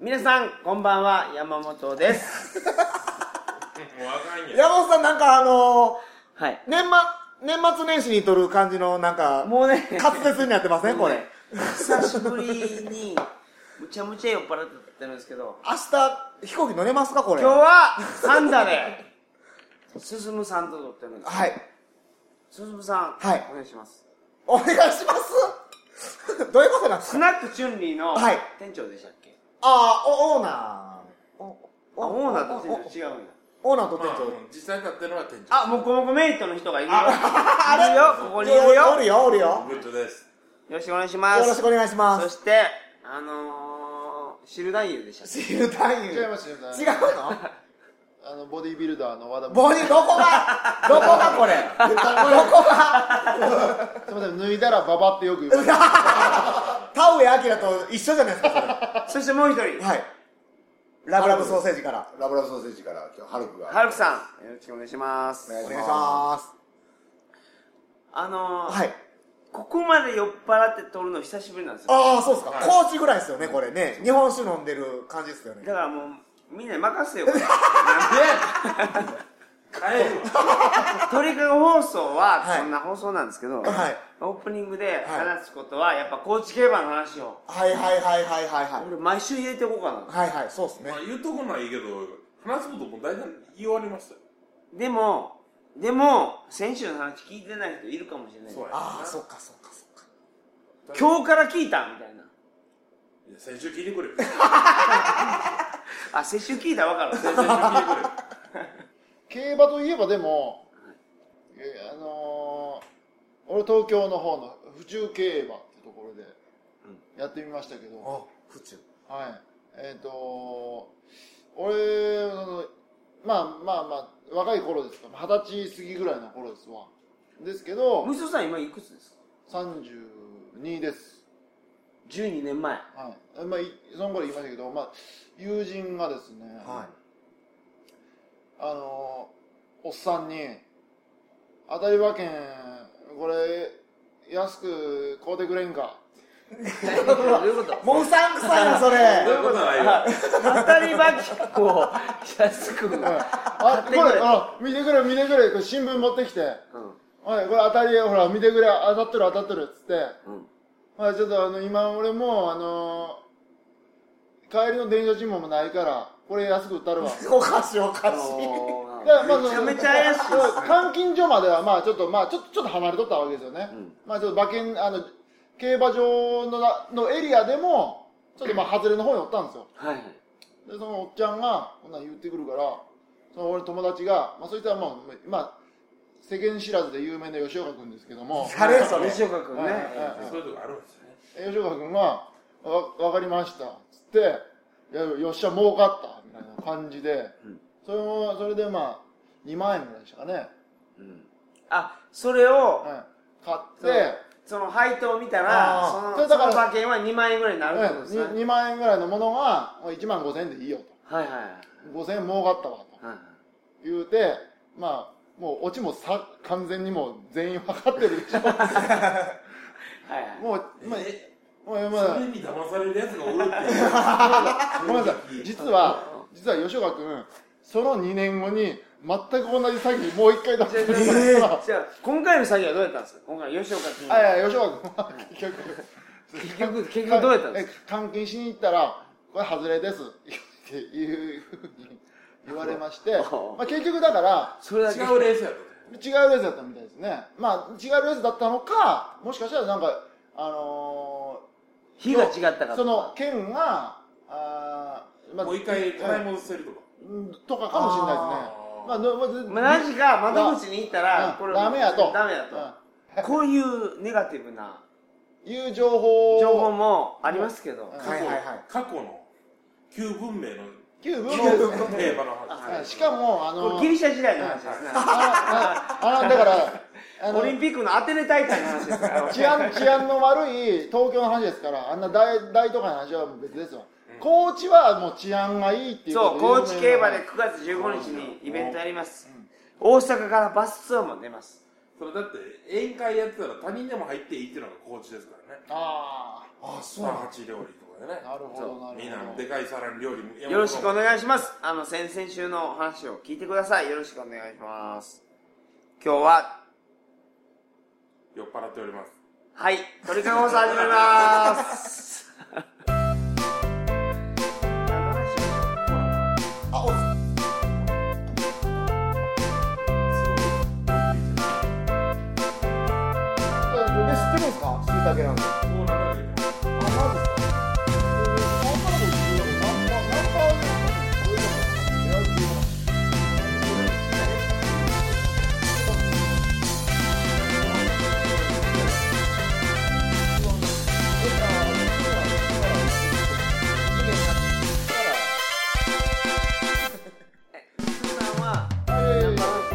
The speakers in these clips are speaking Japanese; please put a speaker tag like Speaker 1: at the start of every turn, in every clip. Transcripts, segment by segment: Speaker 1: 皆さんこんばんは山本です
Speaker 2: もうあかんやん。
Speaker 3: 山本さんなんかあの
Speaker 1: はい
Speaker 3: ー、年末、年末年始に撮る感じのなんか、
Speaker 1: もうね
Speaker 3: 滑舌になってませんこれ。
Speaker 1: 久しぶりにむちゃむちゃ酔っ払ってるんですけど
Speaker 3: 明日、飛行機乗れますかこれ。
Speaker 1: 今日はサンダで進さんと撮ってるんで
Speaker 3: はい。
Speaker 1: す進さん、
Speaker 3: はい
Speaker 1: お願いします
Speaker 3: お願いします。 どういうことなんです
Speaker 1: ス
Speaker 3: か
Speaker 1: ナックチュンリーの
Speaker 3: はい
Speaker 1: 店長でしたっけ、
Speaker 3: ああ、お、オーナー。お
Speaker 1: あオーナーと店長違うんだ
Speaker 3: おオーナーと店
Speaker 2: まあ
Speaker 3: 長。
Speaker 2: 実際になってるのは店長。
Speaker 1: あ、もこもこメリットの人がいるよ。いるよ、ここにいるよ。
Speaker 3: おるよ、おるよ。
Speaker 2: グッドです。
Speaker 1: よろしくお願いしま
Speaker 3: よ
Speaker 1: す。
Speaker 3: ろしくお願いしま
Speaker 1: そ
Speaker 3: す。
Speaker 1: して、あのー、シルダイユでしたっけ
Speaker 3: シルタイン。
Speaker 4: 違い
Speaker 3: 違う
Speaker 4: ますよね
Speaker 3: の
Speaker 4: あのボディービルダーの和田
Speaker 3: ボディ、どこが、どこがこれ。どこが、
Speaker 4: すいません脱いだらババってよく言われる
Speaker 3: 田植明と一緒じゃないですか、
Speaker 1: そしてもう一
Speaker 3: そ
Speaker 1: 人、
Speaker 3: れ。はい。ラブラブソーセージから。
Speaker 5: ラブラブソーセージから今日ハルクが
Speaker 1: ハルクさん、よろしくお願いします。
Speaker 5: お願
Speaker 3: お
Speaker 5: い
Speaker 3: 願いします。
Speaker 1: あのー、
Speaker 3: はい。
Speaker 1: ここまで酔っ払って撮るの久しぶりなんですよ。
Speaker 3: ああ、そうですか。
Speaker 2: はい
Speaker 3: 高知ぐらいですよね、これね。日本酒飲んでる感じですよね。
Speaker 1: だからもう、みんなに任せよ、これ。
Speaker 2: 帰るわ。
Speaker 1: トリカゴ放送は、
Speaker 3: はい
Speaker 1: そんな放送なんですけど、
Speaker 3: はい
Speaker 1: オープニングで話すことは、やっぱ高知競馬の話を、
Speaker 3: はいはいはいはいはいはい。
Speaker 1: 俺毎週入れていこうかな。
Speaker 3: はいはい、そうですね
Speaker 2: まあ。言うとこないけど、話すことも大体言い終わりましたよ。
Speaker 1: でも、でも、先週の話聞いてない人いるかもしれない。
Speaker 2: そうや。
Speaker 3: ああ、そっかそっかそっか。
Speaker 1: 今日から聞いたみたいな。
Speaker 2: いや先週聞いてくれよ。
Speaker 1: あ、先週聞いたらわか
Speaker 2: 先
Speaker 1: る。
Speaker 2: 週聞いてくれよ。
Speaker 4: 競馬といえばでも、えあのー俺東京の方の府中競馬ってところでやってみましたけど、
Speaker 3: あ、府中。
Speaker 4: はいえっ、と俺そのまあまあまあ若い頃ですから二十歳過ぎぐらいの頃ですわですけど
Speaker 1: むしろさん今いくつですか
Speaker 4: 32です
Speaker 1: ?12 年前。
Speaker 4: はい、まあ、いその頃言いましたけど、まあ、友人がですね、
Speaker 3: は
Speaker 4: あのおっさんに「当たり馬券これ安く買うてくれんか
Speaker 1: どういうこと
Speaker 3: い。もううさんくさいな、それ
Speaker 2: そ。ういうことないよ。
Speaker 1: 当たり馬機を安く。うん。」
Speaker 4: あ
Speaker 1: 買ってくれ
Speaker 4: これあ見てくれ見てくれこれ新聞持ってきて「はいこれ当たりほら見てくれ当たってる当たってる」っつって
Speaker 1: うん。
Speaker 4: 「はいちょっとあの今俺もうあの帰りの電車賃もないからこれ安く売ったるわ」
Speaker 3: おかしいおかしい。
Speaker 4: いやまあ
Speaker 1: めちゃめちゃ怪しいっすね
Speaker 4: 監禁所まではまあちょっとまあちょっとちょっと離れとったわけですよね、
Speaker 1: ん
Speaker 4: まあちょっと馬券あの競馬場のなのエリアでもちょっとまあ外れの方におったんですよ
Speaker 1: はいはい。
Speaker 4: でそのおっちゃんがこんなん言ってくるからその俺友達が、まあ、そいつはもうまあ世間知らずで有名な吉岡君ですけども
Speaker 3: あれそれ。
Speaker 1: 西岡君ね
Speaker 4: はい。
Speaker 2: そういうとこあるんですね。
Speaker 4: え吉岡君が「わわかりました」っつっていや「よっしゃ儲かった」みたいな感じで、それもそれでまあ2万円ぐらいでしたかね、
Speaker 1: あ、それを、
Speaker 4: はい、買って
Speaker 1: その配当を見たら、
Speaker 3: あー
Speaker 1: その、
Speaker 4: それ
Speaker 1: そ
Speaker 4: だか
Speaker 1: の
Speaker 4: ら
Speaker 1: 馬券は2万円ぐらいになるってことですね。
Speaker 4: 2万円ぐらいのものが1万5000円でいいよと
Speaker 1: はいはいはい。
Speaker 4: 5000円儲かったわと
Speaker 1: はいはい
Speaker 4: 言うてまあもうオチもさ完全にもう全員分かって るでしょ
Speaker 1: はいはい。
Speaker 4: もう、まあ
Speaker 2: え、
Speaker 4: もうま
Speaker 2: そ
Speaker 4: あ
Speaker 2: れに騙されるやつがおるっていう。
Speaker 4: ごめんなさい実は実は吉岡君その2年後に全く同じ詐欺もう1回出してるから、
Speaker 1: じゃあ、今回の詐欺はどうやったんですか今回、吉岡君。
Speaker 4: あいや吉岡君は結局
Speaker 1: 結局、結局どうやったんですか
Speaker 4: え監禁しに行ったらこれ外れです っていうふうに言われ まして、まあ、結局だから
Speaker 1: それだけ。
Speaker 2: 違うレースやと。
Speaker 4: 違うレースだったみたいですねまあ違うレースだったのかもしかしたらなんかあの
Speaker 1: 日が違ったからと
Speaker 4: ー
Speaker 1: か。
Speaker 4: その県があー、まあ
Speaker 2: もう一回
Speaker 4: は
Speaker 2: 買い
Speaker 4: い
Speaker 2: 戻せるとか。
Speaker 4: うんとかかもしれないですね
Speaker 2: あー
Speaker 4: まあのまず
Speaker 1: まあ、何時か窓口に行ったら、
Speaker 4: うん
Speaker 1: これ
Speaker 4: ダメやと
Speaker 1: ダメやと。こういうネガティブな
Speaker 4: うんいう情報を
Speaker 1: 情報もありますけど
Speaker 4: うん、
Speaker 3: はいはいはい。
Speaker 2: 過去の旧文明の
Speaker 4: 旧文
Speaker 2: 旧
Speaker 4: 明ですね
Speaker 2: 競馬の話。
Speaker 4: はいしかもあ
Speaker 1: こ
Speaker 4: の
Speaker 1: れギリシャ時代の話ですね。
Speaker 4: あのあのだからあ
Speaker 1: オリンピックのアテネ大会の話ですから。
Speaker 4: 治安治安の悪い東京の話ですからあんな大大都会の話はもう別ですわ、高知はもう治安がいいっていう
Speaker 1: そう、
Speaker 4: こ
Speaker 1: 高
Speaker 4: と
Speaker 1: 知
Speaker 4: 有
Speaker 1: 競
Speaker 4: 名な
Speaker 1: 馬で9月15日にイベントやります。大阪からバスツアーも出ます。
Speaker 2: それだって、宴会やってたら他人でも入っていいっていうのがコーチですからね。
Speaker 4: あ
Speaker 3: あ、そう
Speaker 2: ま
Speaker 3: な
Speaker 2: あ
Speaker 3: んだ。
Speaker 2: 八料理とかでね
Speaker 4: あ。なるほどなるな
Speaker 2: みんな
Speaker 4: るほ
Speaker 2: で
Speaker 4: ど
Speaker 2: かい皿に料理
Speaker 1: よろしくお
Speaker 2: ね
Speaker 1: 願いします。あの、先々週の話を聞いてください。よろしくお願いします。今日は、
Speaker 2: 酔っ払っております
Speaker 1: はい、鳥かご放送始め ます。
Speaker 5: あ、おっ
Speaker 3: え知ってるんですか知るだけなんであ
Speaker 2: こうなるわけ
Speaker 3: マジですか
Speaker 1: さんは、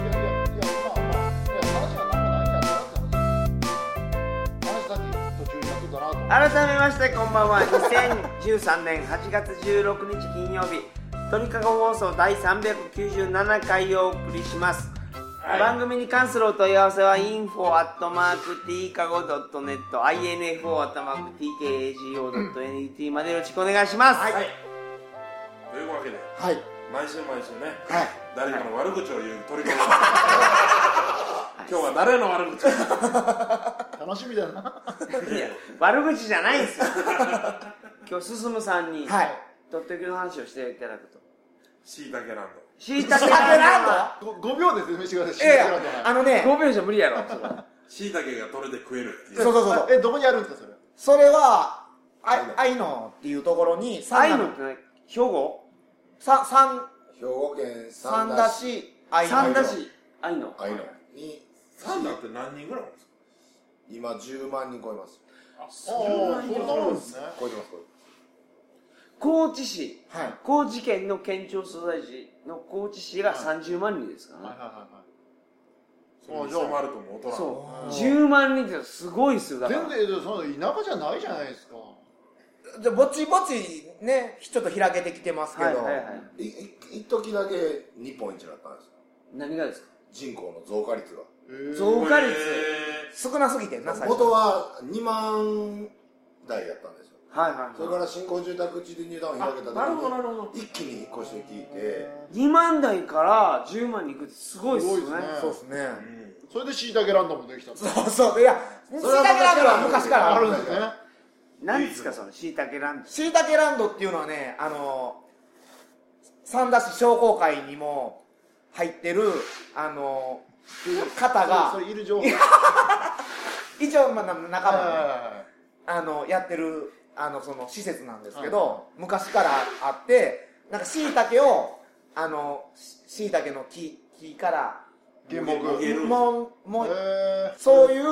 Speaker 1: 改めましてこんばんは2013年8月16日金曜日鳥かご放送第397回をお送りします、
Speaker 2: はい
Speaker 1: 番組に関するお問い合わせは info.tkago.net info.tkago.net までよろしくお願いします、
Speaker 2: はいというわけで
Speaker 3: はい
Speaker 2: 毎週毎週ね
Speaker 3: はい
Speaker 2: 誰かの悪口を言う鳥か ご今日は誰の悪口を
Speaker 4: 楽しみだな。
Speaker 1: いや悪口じゃないんですよ今日進さんに、
Speaker 3: はい
Speaker 1: とっておきの話をしていただくと
Speaker 2: しいたけランド
Speaker 1: しいたけ
Speaker 3: 食べらん
Speaker 4: ご5秒で説明してください。
Speaker 3: のいやいやあのね
Speaker 1: 5秒じゃ無理やろそれは
Speaker 2: しいたけが取れて食えるってい
Speaker 3: そう
Speaker 2: う
Speaker 3: そうそうそう
Speaker 4: え、どこにあるんですか、それ。
Speaker 3: それはあ愛のっていうところに
Speaker 1: ア
Speaker 3: 三
Speaker 1: イ
Speaker 3: 田
Speaker 1: ヌって何兵庫
Speaker 3: さ三
Speaker 5: 兵庫県三
Speaker 3: 三
Speaker 5: 田
Speaker 3: 田
Speaker 5: 市
Speaker 3: 市愛の
Speaker 1: 三田市アイヌ
Speaker 5: あいのに
Speaker 2: サンダって何人ぐらいあるんですか
Speaker 5: 今10万人超えます
Speaker 2: あ
Speaker 4: ああ、そんなもんですね。
Speaker 5: 超えてます超
Speaker 1: 高知市
Speaker 3: はい
Speaker 1: 高知県の県庁所在地の高知市が30万人ですか
Speaker 4: はいはい
Speaker 1: らね
Speaker 2: それに迫るとも大人
Speaker 1: そう
Speaker 3: おー
Speaker 1: 10万人ってすごいですよだ
Speaker 4: はい
Speaker 1: か
Speaker 4: はい
Speaker 1: ら
Speaker 4: 全然、その田舎じゃないじゃないですか。
Speaker 3: じゃあぼちぼちねちょっと開けてきてますけど、
Speaker 1: はいはいはい
Speaker 5: えてますいい一時だけ日本一だったんですよ
Speaker 1: 何がですか
Speaker 5: 人口の増加率が
Speaker 1: 増加率
Speaker 2: へ
Speaker 3: 少なすぎてんな最初
Speaker 5: 元は2万台やったんですよ
Speaker 1: はいはい
Speaker 5: それ
Speaker 1: は
Speaker 5: から新興住宅地で入団を開けた
Speaker 2: ーなるほどな
Speaker 5: 時
Speaker 2: るほど
Speaker 5: に一気に引っ越してきて
Speaker 1: い2万台から10万人いくってすごいですよね
Speaker 4: すごいですね
Speaker 3: そうですね
Speaker 2: うん
Speaker 4: それでしいたけランドもできたんですね
Speaker 3: そうそういやしい
Speaker 5: れは
Speaker 3: たけランドは昔から
Speaker 4: あ
Speaker 3: あ
Speaker 4: る
Speaker 3: る
Speaker 4: んですね。
Speaker 1: 何ですかそのしいたけラン
Speaker 3: しいたけランドっていうのはねあの三田市商工会にも入ってるあの方
Speaker 4: そ
Speaker 3: が
Speaker 4: れそれいる情報。
Speaker 3: 一応、まあ、な仲間で、ね、
Speaker 4: は
Speaker 3: あのやってるあのその施設なんですけど、昔からあってなんかしいたけをあのしいたけの木木から
Speaker 4: い原木。へ
Speaker 2: える
Speaker 3: もんもん
Speaker 4: え。
Speaker 3: そういう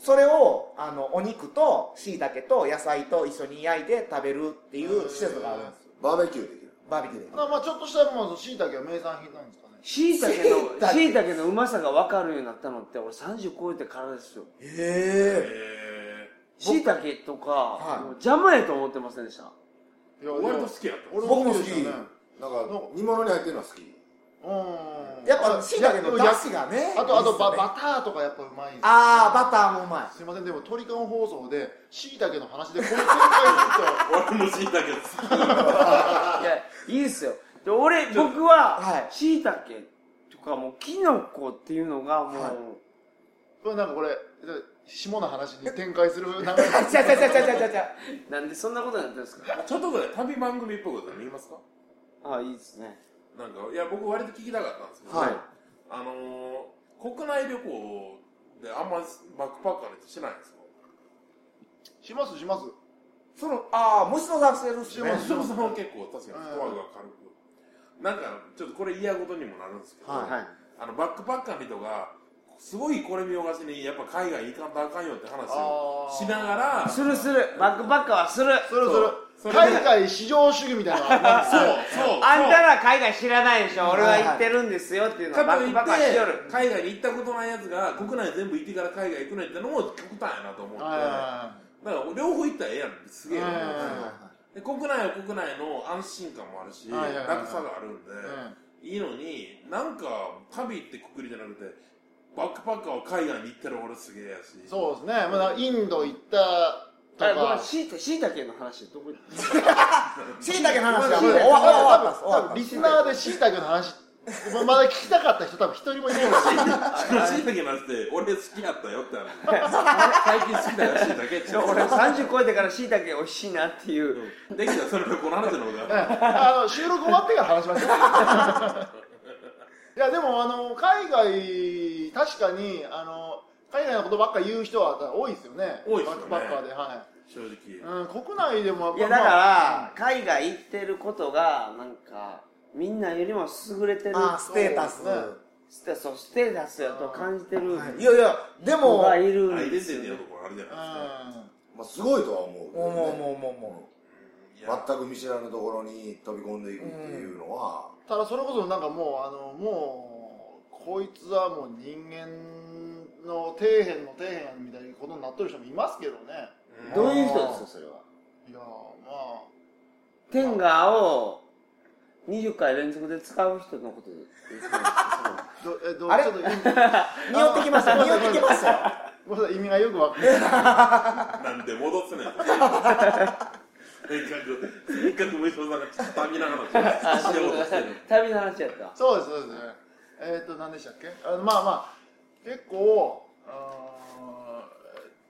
Speaker 3: それをあのお肉としいたけと野菜と一緒に焼いて食べるっていう施設があるんですよ
Speaker 5: バーベキューできる
Speaker 3: バーベキューで
Speaker 4: まあまあちょっとしたもうしいたけは名産品なんですかね。
Speaker 1: しいたけの
Speaker 3: 椎茸
Speaker 1: しいたけのうまさが分かるようになったのって俺30超えてからですよ
Speaker 3: へ
Speaker 2: へ
Speaker 1: しいたけとか、
Speaker 3: はい
Speaker 1: もう邪魔やと思ってませんでした
Speaker 4: いや
Speaker 2: ー割と好きやった
Speaker 4: 俺
Speaker 3: 僕も
Speaker 4: 好
Speaker 3: 好
Speaker 4: き
Speaker 3: き
Speaker 4: ですよね。
Speaker 5: なんか煮物に入ってるのは好き
Speaker 4: うん。
Speaker 3: やっぱしいたけのだしがね
Speaker 4: あとあとバ
Speaker 3: いいっすよね
Speaker 4: バターとかやっぱうまいんですよ
Speaker 3: ああバターもうまい
Speaker 4: すいませんでも鳥かご放送でしいたけの話でこの展開ちょっと
Speaker 2: 俺もしいたけです
Speaker 1: いや、いいですよ。で俺、僕は
Speaker 3: は、
Speaker 1: しいたけとか、もう、きのこっていうのが、もう、
Speaker 3: はい
Speaker 4: これなんかこれ下の話に展開する流れ
Speaker 3: ちゃちゃちゃちゃちゃちゃちゃ
Speaker 1: なんでそんなことになってるんですか
Speaker 2: ちょっとぐらい旅番組っぽいことでも言いますか
Speaker 1: ああ、いいですね。
Speaker 2: なんかいや僕割と聞きたかったんですけど、
Speaker 1: はい
Speaker 2: あのー、国内旅行であんまバックパッカーの人しないんですよ
Speaker 4: しますします
Speaker 3: そのああ虫のさしてるし
Speaker 4: しま
Speaker 3: ね
Speaker 4: す
Speaker 2: 吉本さんは結構確かにスコアが軽くなんかちょっとこれ嫌事にもなるんですけど、
Speaker 3: はい
Speaker 1: はい。
Speaker 2: あのバックパッカーの人がすごいこれ見よがしにやっぱ海外行かんとあかんよって話をしながら
Speaker 1: するする。バックパッカーはする。
Speaker 4: それ
Speaker 2: そ
Speaker 4: それ
Speaker 2: れ
Speaker 4: 海外至上主義みたいなのあるんです
Speaker 2: そう
Speaker 4: よ
Speaker 2: そう
Speaker 1: あんたら海外知らないでしょ。俺は
Speaker 3: はい
Speaker 1: 行ってるんですよっていうのは、
Speaker 2: か
Speaker 1: バ
Speaker 2: と
Speaker 1: ッ
Speaker 2: いっ
Speaker 1: ク
Speaker 2: て
Speaker 1: パッカーしよる。
Speaker 2: 海外に行ったことないやつが国内全部行ってから海外行くねってのも極端やなと思ってだか
Speaker 4: は
Speaker 2: ら両方行ったらええやんすげえな
Speaker 4: うん
Speaker 2: で国内は国内の安心感もあるし
Speaker 4: はいはいはいはい
Speaker 2: 楽さがあるんで
Speaker 4: いうん
Speaker 2: いいのになんか旅ってくくりじゃなくてバックパッカーは海外に行ってる俺すげえやし
Speaker 4: そうですねまだインド行った
Speaker 1: あ
Speaker 4: と
Speaker 1: ごめん、
Speaker 4: か
Speaker 1: しいた、しいたけの話、どこ行った
Speaker 3: 椎茸の話はもう
Speaker 4: そう
Speaker 3: 終
Speaker 4: だよ
Speaker 3: わ終わった
Speaker 4: 多分多分リスナーでしいたけの話まだ聞きたかった人多分一人もいない
Speaker 2: しいたけなんて俺好きやったよって話最近好きだよしいたけって
Speaker 1: そう俺30超えてからしいたけ美味しいなっていう
Speaker 2: うんできたらそれこの話の方が
Speaker 4: あの収録終わってから話しましょういやでもあの海外確かにあの海外のことばっか言う人は多いですよね
Speaker 2: 多いですよね
Speaker 4: バックパッカーでは
Speaker 2: 正直
Speaker 4: い、うん、国内でもやっぱ
Speaker 1: いやだから海外行ってることがなんかみんなよりも優れてる
Speaker 3: あーステータス、
Speaker 4: そうですね
Speaker 1: ステそうステータスやと感じてる
Speaker 3: いやいやで
Speaker 1: 子
Speaker 3: も
Speaker 1: がいるん
Speaker 2: アイデ
Speaker 1: で
Speaker 2: ンテ
Speaker 1: す
Speaker 2: ィティ
Speaker 1: よ
Speaker 2: のところあるじゃない
Speaker 4: ま
Speaker 5: まあ、すごいとは思うけど
Speaker 3: もう
Speaker 5: ね、
Speaker 3: もうもうもうも
Speaker 2: ですかいや
Speaker 5: 全く見知らぬところに飛び込んでいくっていうのは、
Speaker 4: あただそれこそなんかもうあのもうこいつはもう人間の底辺の底辺やみたいなことになってる人もいますけどね
Speaker 2: うん
Speaker 1: どういう人ですかそれはい
Speaker 4: やーまあ
Speaker 1: 天下を20回連続で使う人のことですね
Speaker 4: どえど
Speaker 3: あれ
Speaker 4: ちょっと意味
Speaker 3: う 匂ってきました匂ってきましたよ
Speaker 4: ごめんなさい意味がよくわかんない
Speaker 2: なんで戻せないのせっかくせっかく武井さんがスタミナ話
Speaker 1: あ
Speaker 2: をし
Speaker 1: そう
Speaker 2: ようと
Speaker 1: か
Speaker 2: してる
Speaker 1: 旅の話やった
Speaker 4: そうですそうです、えっ、ー、と何でしたっけあのまあまあ結構あー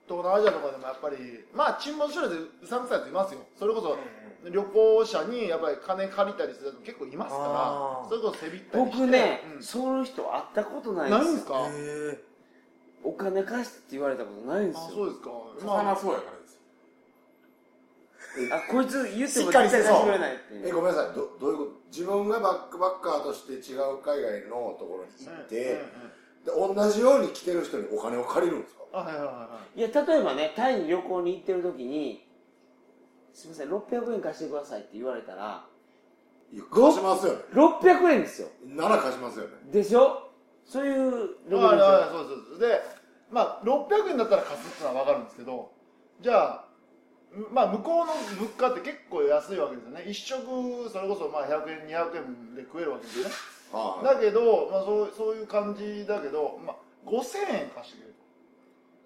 Speaker 4: 東南アジアとかでもやっぱりまあ沈没してるやつうさんくさいやついますよそれこそ旅行者にやっぱり金借りたりするやつも結構いますか
Speaker 3: あー
Speaker 4: らそれこそせびったりして
Speaker 1: 僕ね、
Speaker 4: うん
Speaker 1: その人会ったことないん
Speaker 4: ないん
Speaker 1: で
Speaker 4: ですす
Speaker 1: よ
Speaker 4: か
Speaker 3: へ
Speaker 1: お金貸してって言われたことないんです
Speaker 4: あ
Speaker 1: よ
Speaker 4: そうですかまあ
Speaker 2: まあそうやからです
Speaker 1: あこいつ言って
Speaker 3: し
Speaker 1: も
Speaker 3: っかり
Speaker 1: 絶対
Speaker 3: し
Speaker 1: 貸
Speaker 3: てそう
Speaker 1: してくれないってい
Speaker 5: え
Speaker 1: う
Speaker 5: ごめんなさいどどういうこと自分がバックパッカーとして違う海外のところに行って、で同じように来てる人にお金を借りるんですか
Speaker 4: あはいはいはいはい
Speaker 1: いや例えばねタイに旅行に行ってる時に「すみません600円貸してください」って言われたら
Speaker 5: いや貸しますよね
Speaker 1: 600円ですよ
Speaker 5: なら貸しますよね
Speaker 1: でしょそういうレベルでしょ
Speaker 4: はいはいそうそうそうでまあ600円だったら貸すってのは分かるんですけどじゃあんまあ向こうの物価って結構安いわけですよね一食それこそまあ100円200円で食えるわけですよね
Speaker 5: はい
Speaker 4: だけど、まあ、そうそういう感じだけど、まあ、5000円貸してくれると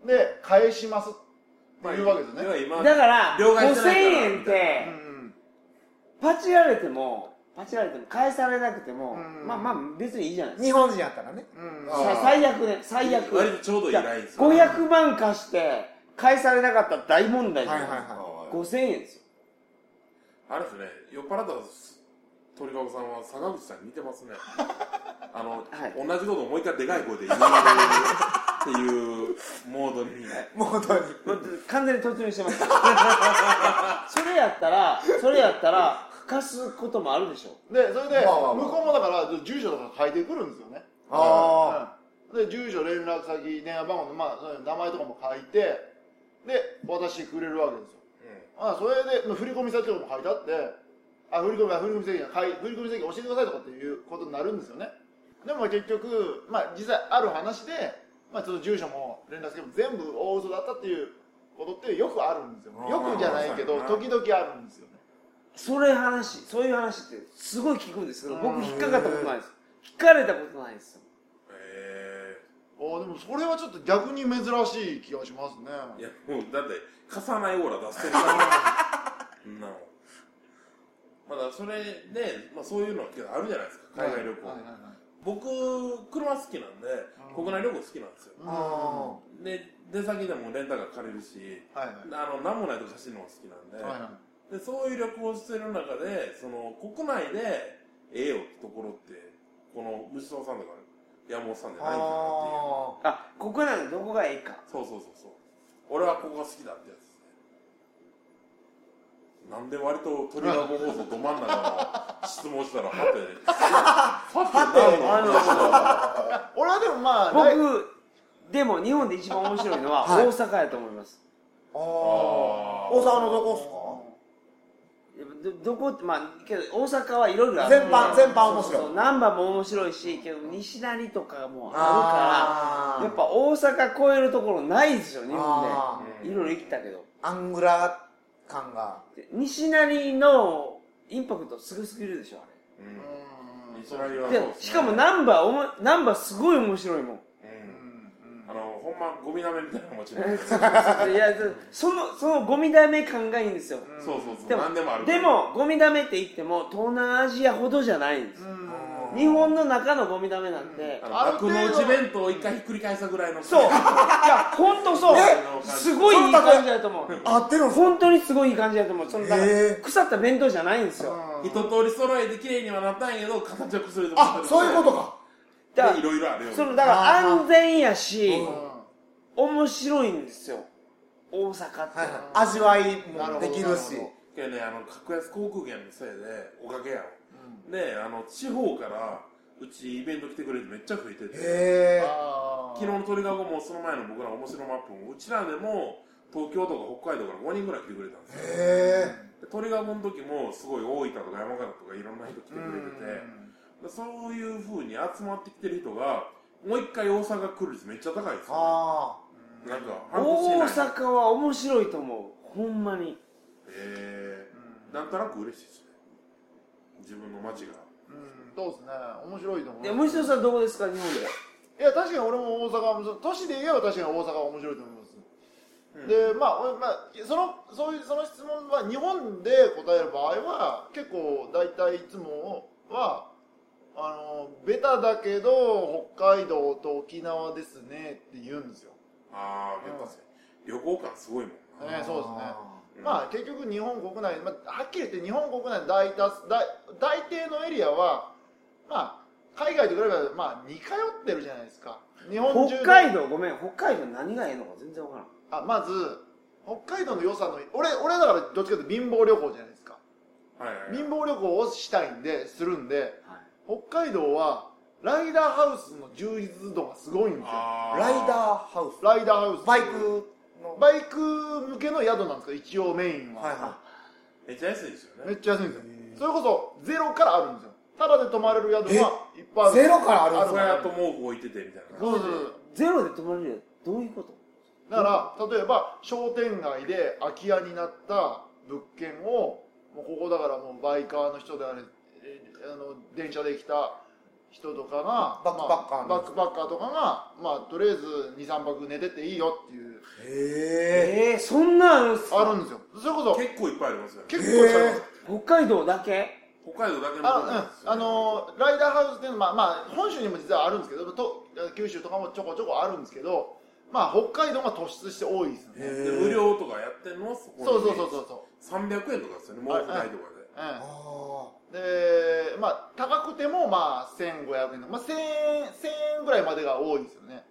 Speaker 4: で返しますっていうわけですよね、
Speaker 2: 今
Speaker 1: だから
Speaker 2: 両替して
Speaker 1: 5000
Speaker 2: ないから
Speaker 1: 円って
Speaker 4: うん
Speaker 1: パチられてもパチられても返されなくても
Speaker 4: うん
Speaker 1: まあまあ別にいいじゃない
Speaker 3: ー
Speaker 1: です
Speaker 3: 日本人やったらね
Speaker 4: うん
Speaker 5: あ
Speaker 1: かさ最悪ね最悪
Speaker 2: 割とちょうどいいラインですよ
Speaker 1: 500万貸して返されなかったら大問題じゃないですか
Speaker 5: あはい
Speaker 1: 5000円ですよ
Speaker 2: あれですね酔っ払った鳥籠さんは坂口さんに似てますねあの、
Speaker 1: はい
Speaker 2: 同じことをもう一回でかい声で言うっていうモードに
Speaker 3: もう本当に
Speaker 1: もう完全に突入してます それやったらそれやったら貸すこともあるでしょ
Speaker 4: でそれで
Speaker 5: まあまあまあ
Speaker 4: 向こうもだから住所とか書いてくるんですよね
Speaker 3: あ
Speaker 4: で住所連絡先電話番号の、まあ、そういう名前とかも書いてで渡してくれるわけですよ、あそれでまあ振込先とかも書いてあってあ振込あ振込先じゃない振込先教えてくださいとかっていうことになるんですよねでもまあ結局、まあ、実際ある話で、まあ、その住所も連絡先も全部大嘘だったっていうことってよくあるんですよねよくじゃないけど
Speaker 2: まあまあ
Speaker 4: 時々あるんですよね
Speaker 1: それ話そういう話ってすごい聞くんですけど
Speaker 4: う
Speaker 1: 僕
Speaker 4: ん
Speaker 1: 引っかかったことないです引かれたことないですよ
Speaker 2: え
Speaker 4: あでもそれはちょっと逆に珍しい気がしますね
Speaker 2: ー、いやもうだって貸さないオーラ出してるから なのまだそれで、まあ、そういうのはあるじゃないですか海外旅行、
Speaker 4: はいはいはい
Speaker 2: 僕車好きなんで国内旅行好きなんですよ
Speaker 3: ー
Speaker 4: うん
Speaker 3: あ
Speaker 2: で出先でもレンタカー借りるし
Speaker 4: はいはい
Speaker 2: あの何もないと貸してるのが好きなんで、
Speaker 4: はいはい
Speaker 2: でそういう旅行をしてる中でその国内でええよってところってこの虫蔵さんとか山本さんじ
Speaker 3: ー
Speaker 2: ゃないかなっ
Speaker 3: あ
Speaker 1: あここなのどこがいいか
Speaker 2: ていうそうそうそうそう俺はここが好きだってやつですねなんで割と鳥籠放送ど真ん中の質問したらハテハテなるの
Speaker 4: 俺はでもまあ来
Speaker 1: 僕でも日本で一番面白いのは
Speaker 3: はい
Speaker 1: 大阪やと思います
Speaker 3: あー
Speaker 2: あー
Speaker 3: 大阪のどこ
Speaker 1: どどこってまあけど大阪はいろいろある
Speaker 3: 全般全般面白い
Speaker 1: そうそう難波も面白いしけど西成とかもある
Speaker 3: っすか
Speaker 1: から
Speaker 3: あ
Speaker 1: やっぱ大阪越えるところないですよ日本
Speaker 3: あ
Speaker 1: でいろいろ行ったけど
Speaker 3: ーアングラ感が
Speaker 1: で西成のインパクトすごすぎるでしょあれ
Speaker 2: イスラエルはそう
Speaker 1: で
Speaker 2: ですね
Speaker 1: しかもナンバーおもナンバーすごい面白いもん
Speaker 2: うん
Speaker 4: うん
Speaker 2: あののほんまゴミなめみたいな気持ちになる
Speaker 1: いやそのそのゴミだめ感がいいんですよ、
Speaker 2: そうそうそう
Speaker 1: でも
Speaker 2: 何でもあるから
Speaker 1: でもゴミだめって言っても東南アジアほどじゃないんです、
Speaker 4: うん
Speaker 1: 日本の中のゴミだめなんて、
Speaker 2: あの
Speaker 4: ある
Speaker 2: 幕
Speaker 4: 程度
Speaker 2: の内弁当を一回ひっくり返したぐらいの
Speaker 1: そういや本当そう
Speaker 2: え
Speaker 1: すごいいい感じだと思う
Speaker 3: 合ってるんす
Speaker 1: 本当にすごいいい感じだと思うそのだから
Speaker 3: へえ
Speaker 1: 腐った弁当じゃないんですよ
Speaker 2: 一通り揃えて綺麗にはなったんやけど形は崩れても
Speaker 3: あそういうことか
Speaker 1: だか
Speaker 2: でいろいろあるよ
Speaker 1: らそのだから
Speaker 3: あー
Speaker 1: 安全やし
Speaker 4: う
Speaker 1: 面白いんですよ大阪って、
Speaker 3: はいはい味わいもできるし
Speaker 4: なるほ
Speaker 2: けどねあの格安航空券のせいでおかげやんであの地方からうちイベント来てくれてめっちゃ増えてて
Speaker 4: ん
Speaker 3: へ
Speaker 4: あー
Speaker 2: 昨日の鳥籠もその前の僕ら面白マップもうちらでも東京とか北海道から5人ぐらい来てくれたんです
Speaker 3: えへ
Speaker 2: よで鳥籠の時もすごい大分とか山形とかいろんな人来てくれててでそういうふうに集まってきてる人がもう一回大阪来る率めっちゃ高いです
Speaker 3: ー
Speaker 2: よ
Speaker 3: あ
Speaker 2: なんか半
Speaker 1: 大
Speaker 2: 年以内に
Speaker 1: 阪は面白いと思うほんまに
Speaker 2: えー、なんとなく嬉しいですね自分の街が
Speaker 4: うんそうですね面白いと思う
Speaker 1: でむしろさんどこですか日本で
Speaker 4: いや確かに俺も大阪は面白い都市で言えば確かに大阪は面白いと思います、でまあ、俺まあ、そのそういうその質問は日本で答える場合は結構大体いつもはあのベタだけど北海道と沖縄ですねって言うんですよ、
Speaker 2: ああやっぱね旅行感すごいもんな、
Speaker 4: ね、そうですね
Speaker 2: うん
Speaker 4: まあ結局日本国内、まあ、はっきり言って日本国内の大多数大大抵のエリアはまあ海外と比べればまあ似通ってるじゃないですか日本中の
Speaker 1: 北海道ごめん北海道何がええのか全然わからん
Speaker 4: あまず北海道の良さの俺俺だからどっちかというと貧乏旅行じゃないですか
Speaker 2: はいはいはい
Speaker 4: 貧乏旅行をしたいんでするんで北海道はライダーハウスの充実度がすごいんですよ
Speaker 2: あ
Speaker 3: ー
Speaker 2: ー
Speaker 3: ライダーハウス
Speaker 4: ライダーハウス
Speaker 3: バイクの
Speaker 4: バイク向けの宿なんですか一応メインは、
Speaker 3: はいは
Speaker 2: めっちゃ安いですよ
Speaker 4: め
Speaker 2: ね
Speaker 4: っちゃ安いんですよそれこそゼロからあるんですよタダで泊まれる宿はいっぱいある
Speaker 3: ゼロからあるんです
Speaker 2: 小
Speaker 3: か
Speaker 2: 屋と毛布置いててみたいな
Speaker 4: そうそうそう
Speaker 1: ゼロで泊まれるよどういうこと
Speaker 4: だから例えば商店街で空き家になった物件をもうここだからもうバイカーの人であれえあの電車で来た人とかが
Speaker 3: バックパッカーの
Speaker 4: まあバックパッカーとかが、まあ、とりあえず23泊寝てていいよっていう
Speaker 3: へえ
Speaker 1: ええそんなんあるんすか
Speaker 4: あるんですよそれこそ
Speaker 2: 結構いっぱいありますよね
Speaker 4: 結構違います
Speaker 1: 北海道だけ
Speaker 2: 北海道だけのことなん
Speaker 4: あ
Speaker 2: です
Speaker 4: うんあのライダーハウスっていうのは、まあまあ、本州にも実はあるんですけどと九州とかもちょこちょこあるんですけど、まあ、北海道が突出して多いですよね
Speaker 2: で無料とかやってんのそこに
Speaker 4: そうそうそうそうそう
Speaker 2: 300円とかですよね毛布代とかで
Speaker 4: うん
Speaker 3: あ
Speaker 4: でまあ高くてもまあ1500円とか、まあ、1000円1000円ぐらいまでが多いですよね、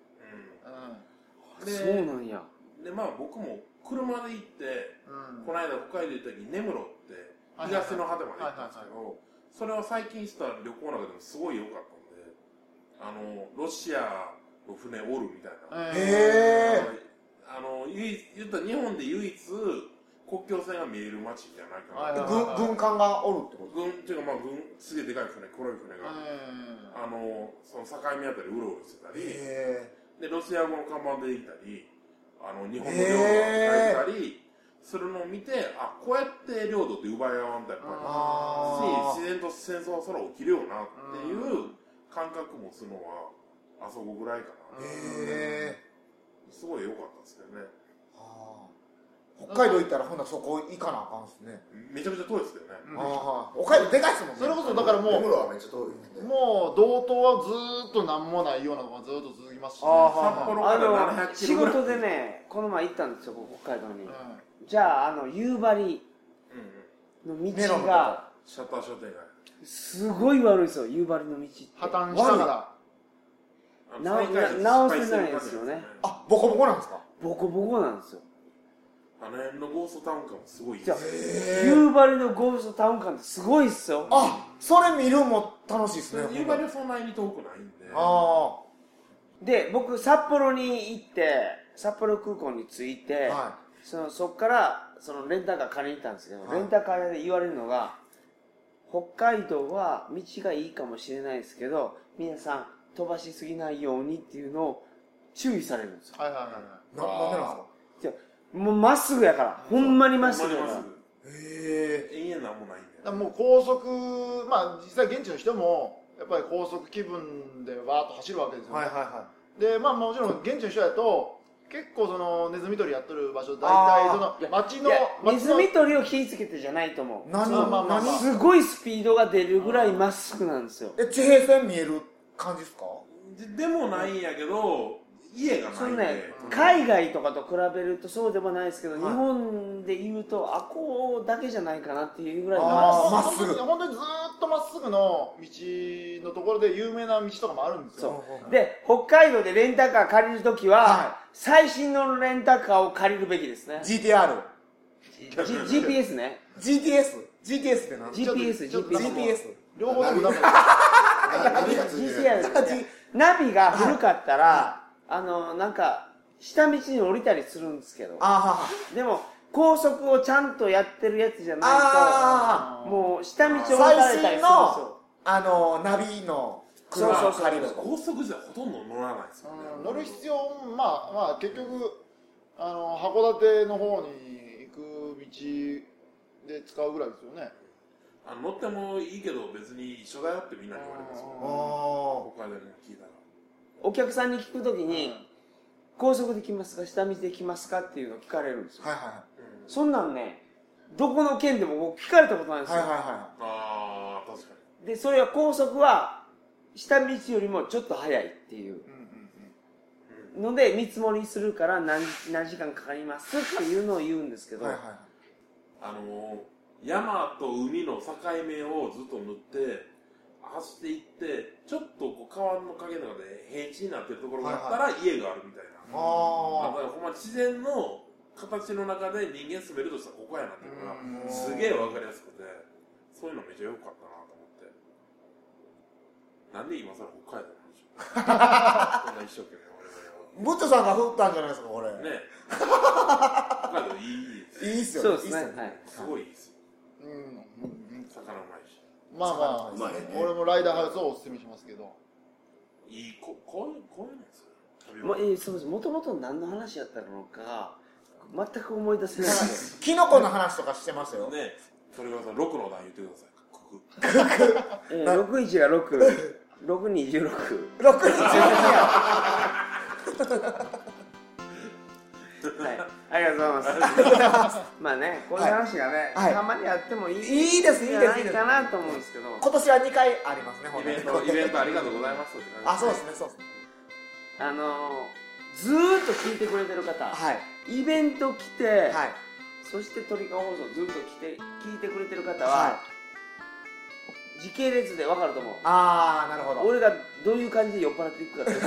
Speaker 4: う
Speaker 2: で
Speaker 1: そうなんや
Speaker 2: うんでまあ僕も車で行って
Speaker 4: んうん
Speaker 2: この間北海道行った時に根室って東の果てまで行ったんですけどそれは最近した旅行の中でもすごい良かったんであのロシアの船おるみたい
Speaker 3: ー
Speaker 2: な
Speaker 4: え
Speaker 3: へえ
Speaker 2: あの唯一言ったら日本で唯一国境線が見える街じゃないか
Speaker 4: はい
Speaker 2: な
Speaker 4: はい
Speaker 3: 軍軍艦がおるってこ
Speaker 2: 軍っていうかまあ軍すげえでかい船黒い船があのその境目あたりうろうろしてた
Speaker 3: と
Speaker 2: り
Speaker 3: へ
Speaker 2: でロシア語の看板で行ったりあの日本の領土が
Speaker 3: へー
Speaker 2: 書いたりするのを見てあこうやって領土って奪い合わんだやっ
Speaker 3: ーあー
Speaker 2: ぱりし自然と戦争はそら起きるよなっていう感覚持つのはあそこぐらいかな
Speaker 3: へえ
Speaker 2: すごい良かったですけどね
Speaker 3: あー北海道行ったらほんならそこ行かなあかんっすね
Speaker 2: めちゃくちゃ遠いですけどね
Speaker 4: うん
Speaker 3: ああー北海道でかいっすもんね
Speaker 4: それこそだからもう
Speaker 5: 根室はめっちゃ遠いですね
Speaker 4: もう道東はずーっと何もないようなのがずーっと続きますし、ね、
Speaker 2: 札幌か
Speaker 1: あ
Speaker 2: ら
Speaker 1: の
Speaker 2: 700キ
Speaker 1: 仕
Speaker 2: ロぐらい
Speaker 1: 事でねこの前行ったんですよ北海道に
Speaker 4: うん
Speaker 1: じゃああの夕張
Speaker 2: うんうん
Speaker 1: の
Speaker 3: メロ
Speaker 1: 道
Speaker 3: ンと
Speaker 1: が
Speaker 3: か
Speaker 2: シャッター商店街
Speaker 1: すごい悪いですよ夕張の道って
Speaker 4: 破綻したから
Speaker 2: あの
Speaker 1: な
Speaker 2: 再開発
Speaker 1: な
Speaker 2: 失敗してる感
Speaker 1: 直せな
Speaker 2: じ
Speaker 1: いですよね
Speaker 3: あボコボコなんですか
Speaker 1: ボコボコなんですよ
Speaker 2: あの辺のゴーストタウン感もすごいいい
Speaker 1: じ
Speaker 2: で
Speaker 1: ゃあ
Speaker 2: すね
Speaker 1: 夕張のゴーストタウン感ってすごいっすよ
Speaker 3: あそれ見るんも楽しいっすね
Speaker 2: 夕張はそんなに遠くないんで
Speaker 3: あ
Speaker 1: で僕札幌に行って札幌空港に着いて、
Speaker 3: あは
Speaker 1: そのそっからそのレンタカー借りに行ったんですけど、
Speaker 3: はい
Speaker 1: レンタカー屋で言われるのが北海道は道がいいかもしれないですけど皆さん飛ばしすぎないようにっていうのを注意されるんですよ
Speaker 4: はいはいはい
Speaker 3: いななんでなんですか
Speaker 1: もうまっすぐやからほんまにまっすぐや
Speaker 2: ほん
Speaker 1: か
Speaker 2: ま
Speaker 1: ら
Speaker 2: にまっすぐ
Speaker 3: へえ
Speaker 2: 永遠なんもないんだ
Speaker 4: だから
Speaker 2: よ
Speaker 4: もう高速まあ実際現地の人もやっぱり高速気分でわーっと走るわけですよ、ね
Speaker 3: はいはいは
Speaker 4: でまあもちろん現地の人やと結構そのネズミ捕りやっとる場所大体その町の
Speaker 1: いやネ
Speaker 4: 町
Speaker 1: ズ
Speaker 4: の
Speaker 1: ミ捕りを気ぃつけてじゃないと思
Speaker 3: 何
Speaker 4: まあまあまあま
Speaker 1: う
Speaker 4: あ
Speaker 3: 何
Speaker 1: すごいスピードが出るぐらいまっすぐなんですよ
Speaker 3: え地平線見える感じですか
Speaker 2: ででもないんやけど家が
Speaker 1: そ
Speaker 2: ない
Speaker 1: の
Speaker 2: ん
Speaker 1: ね
Speaker 2: で、
Speaker 1: 海外とかと比べるとそうでもないですけど、
Speaker 3: はい
Speaker 1: 日本で言うとあこうだけじゃないかなっていうぐらい
Speaker 4: ま
Speaker 1: まっ
Speaker 3: あ
Speaker 1: すぐ
Speaker 3: ーまっすぐ
Speaker 4: 本当にずーっとまっすぐの道のところで有名な道とかもあるんですよ
Speaker 1: そうで北海道でレンタカー借りるときは、
Speaker 3: は
Speaker 1: 最新のレンタカーを借りるべきですね、
Speaker 3: GTR
Speaker 1: G、GPS ね
Speaker 3: GTS GTS って何
Speaker 1: GPS
Speaker 4: ちょっとちょっと
Speaker 1: GPS
Speaker 3: ？GPS
Speaker 4: 両方でもなんか
Speaker 5: 何がつ いてる
Speaker 1: GTR ナビが古かったら、あのなんか下道に降りたりするんですけど
Speaker 3: あ
Speaker 1: でも高速をちゃんとやってるやつじゃ
Speaker 3: あ
Speaker 1: ない
Speaker 3: あ
Speaker 1: ともう下道を
Speaker 3: あ
Speaker 1: 降りられ
Speaker 3: 最
Speaker 1: たりするんで
Speaker 3: 新
Speaker 1: す
Speaker 3: の
Speaker 1: よ
Speaker 3: あのナビの車
Speaker 1: そうそう
Speaker 3: を
Speaker 1: そう
Speaker 3: 借りると
Speaker 2: 高速じゃほとんど乗らないですよね
Speaker 4: うん乗る必要もまあまあ結局あの函館の方に行く道で使うぐらいですよね
Speaker 2: あの乗ってもいいけど別に一緒だよってみんなに言われますよ
Speaker 4: あ
Speaker 3: あ
Speaker 2: 北海道に聞いたら
Speaker 1: お客さんに聞くときに、高速で来ますか下道で来ますかっていうのを聞かれるんですよ
Speaker 3: あはいは
Speaker 1: そんなんねどこの県でも僕聞かれたことないんで
Speaker 3: い
Speaker 1: す
Speaker 3: はい
Speaker 1: よ、
Speaker 3: はいはいは
Speaker 2: ああ確かに
Speaker 1: でそれは高速は下道よりもちょっと速いっていう
Speaker 4: うんうんう
Speaker 1: の
Speaker 4: ん
Speaker 1: で見積もりするから何何時間かかりますっていうのを言うんですけ
Speaker 3: い
Speaker 1: ど、
Speaker 3: はいはい
Speaker 2: あのー山と海の境目をずっと塗って走っていってちょっとこう川の影の中で平地になってるところがあったら家があるみたいな、
Speaker 3: あ
Speaker 2: あだからほんま自然の形の中で人間住めるとしたらここやなっていうのが
Speaker 4: うん
Speaker 2: すげえわかりやすくてそういうのめっちゃ良かったなと思ってなんで今更北海道なんでしょう
Speaker 3: あブ
Speaker 2: こんな一生懸命
Speaker 3: ッチョさんが振ったんじゃないですかこれ
Speaker 2: 我々はね北海道いいです
Speaker 3: いいっす
Speaker 1: そう
Speaker 3: よ
Speaker 1: ですね
Speaker 3: いいっよ
Speaker 1: はい
Speaker 2: すごいいいですよ
Speaker 4: うんうん
Speaker 2: 魚うまいし
Speaker 4: うんまあま
Speaker 5: うまいね
Speaker 4: あ俺もライダーハウスをお勧めしますけど
Speaker 2: いいここういうこういうのですよ旅
Speaker 1: も
Speaker 2: 行
Speaker 1: えーそうですもともと何の話やったのか全く思い出せない
Speaker 3: キノコの話とかしてましたよ
Speaker 2: ねそれからさ六の段言ってくださいここ
Speaker 1: えー、61が6626
Speaker 3: 6時12や
Speaker 1: はいありがとうございますまあねこういう話がね、
Speaker 3: はい
Speaker 1: たまにやってもいい
Speaker 3: いいですいいです
Speaker 1: じゃないかなと思うんですけど
Speaker 3: 今年は2回ありますねほん
Speaker 2: イ
Speaker 3: で
Speaker 2: ベントイベントありがとうございますって感じ
Speaker 3: あそうですねそうですね
Speaker 1: あのーずーっと聞いてくれてる方、
Speaker 3: はい
Speaker 1: イベント来て、
Speaker 3: はい
Speaker 1: そして鳥かご放送ずっと来て聞いてくれてる方は、
Speaker 3: はい
Speaker 1: 時系列で分かると思う
Speaker 3: ああなるほど
Speaker 1: 俺がどういう感じで酔っ払っていくかって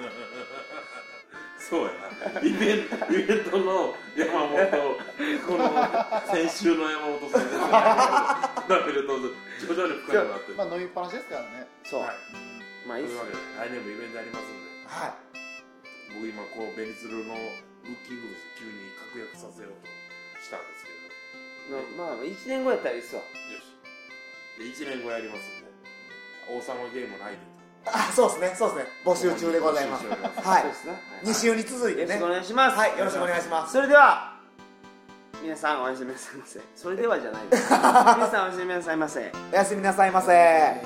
Speaker 2: そうやなイベンイベントの山本この先週の山本さんですよね比べると徐々に深くなってる
Speaker 4: まあ飲みっぱなしですからね
Speaker 1: そう、
Speaker 2: はい
Speaker 1: まあい
Speaker 2: と
Speaker 1: いっす
Speaker 2: いう
Speaker 1: よ
Speaker 2: わけで来年もイベントありますんで
Speaker 3: はい
Speaker 2: 僕今こうベニズルのブッキングです急に確約させようとしたんですけど
Speaker 1: まあ1年後やったらいいっすわ
Speaker 2: よしで1年後やりますんで王様ゲームのアイデ
Speaker 3: あそうですねそうですね募
Speaker 2: ア
Speaker 3: 集中でございます
Speaker 2: 募集中でございます
Speaker 3: はい
Speaker 1: そうですね、
Speaker 3: 2週に続い
Speaker 1: よ
Speaker 3: て
Speaker 1: ろし
Speaker 3: ね
Speaker 1: くお願いします、
Speaker 3: はいよろしくお願いします
Speaker 1: それでは皆さんおやすみなさいませそれではじゃないです皆さんおやすみなさいませ
Speaker 3: おやすみなさいませ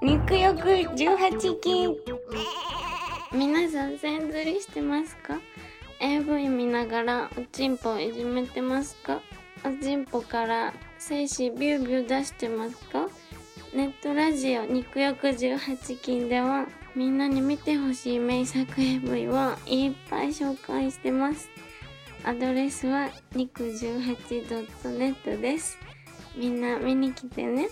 Speaker 6: 肉欲18禁皆さん線ずりしてますか AV 見ながらおちんぽいじめてますかおちんぽから精子ビュービュー出してますかネットラジオ肉欲18禁ではみんなに見てほしい名作 AV をいっぱい紹介してますアドレスは肉18.net ですみんな見に来てね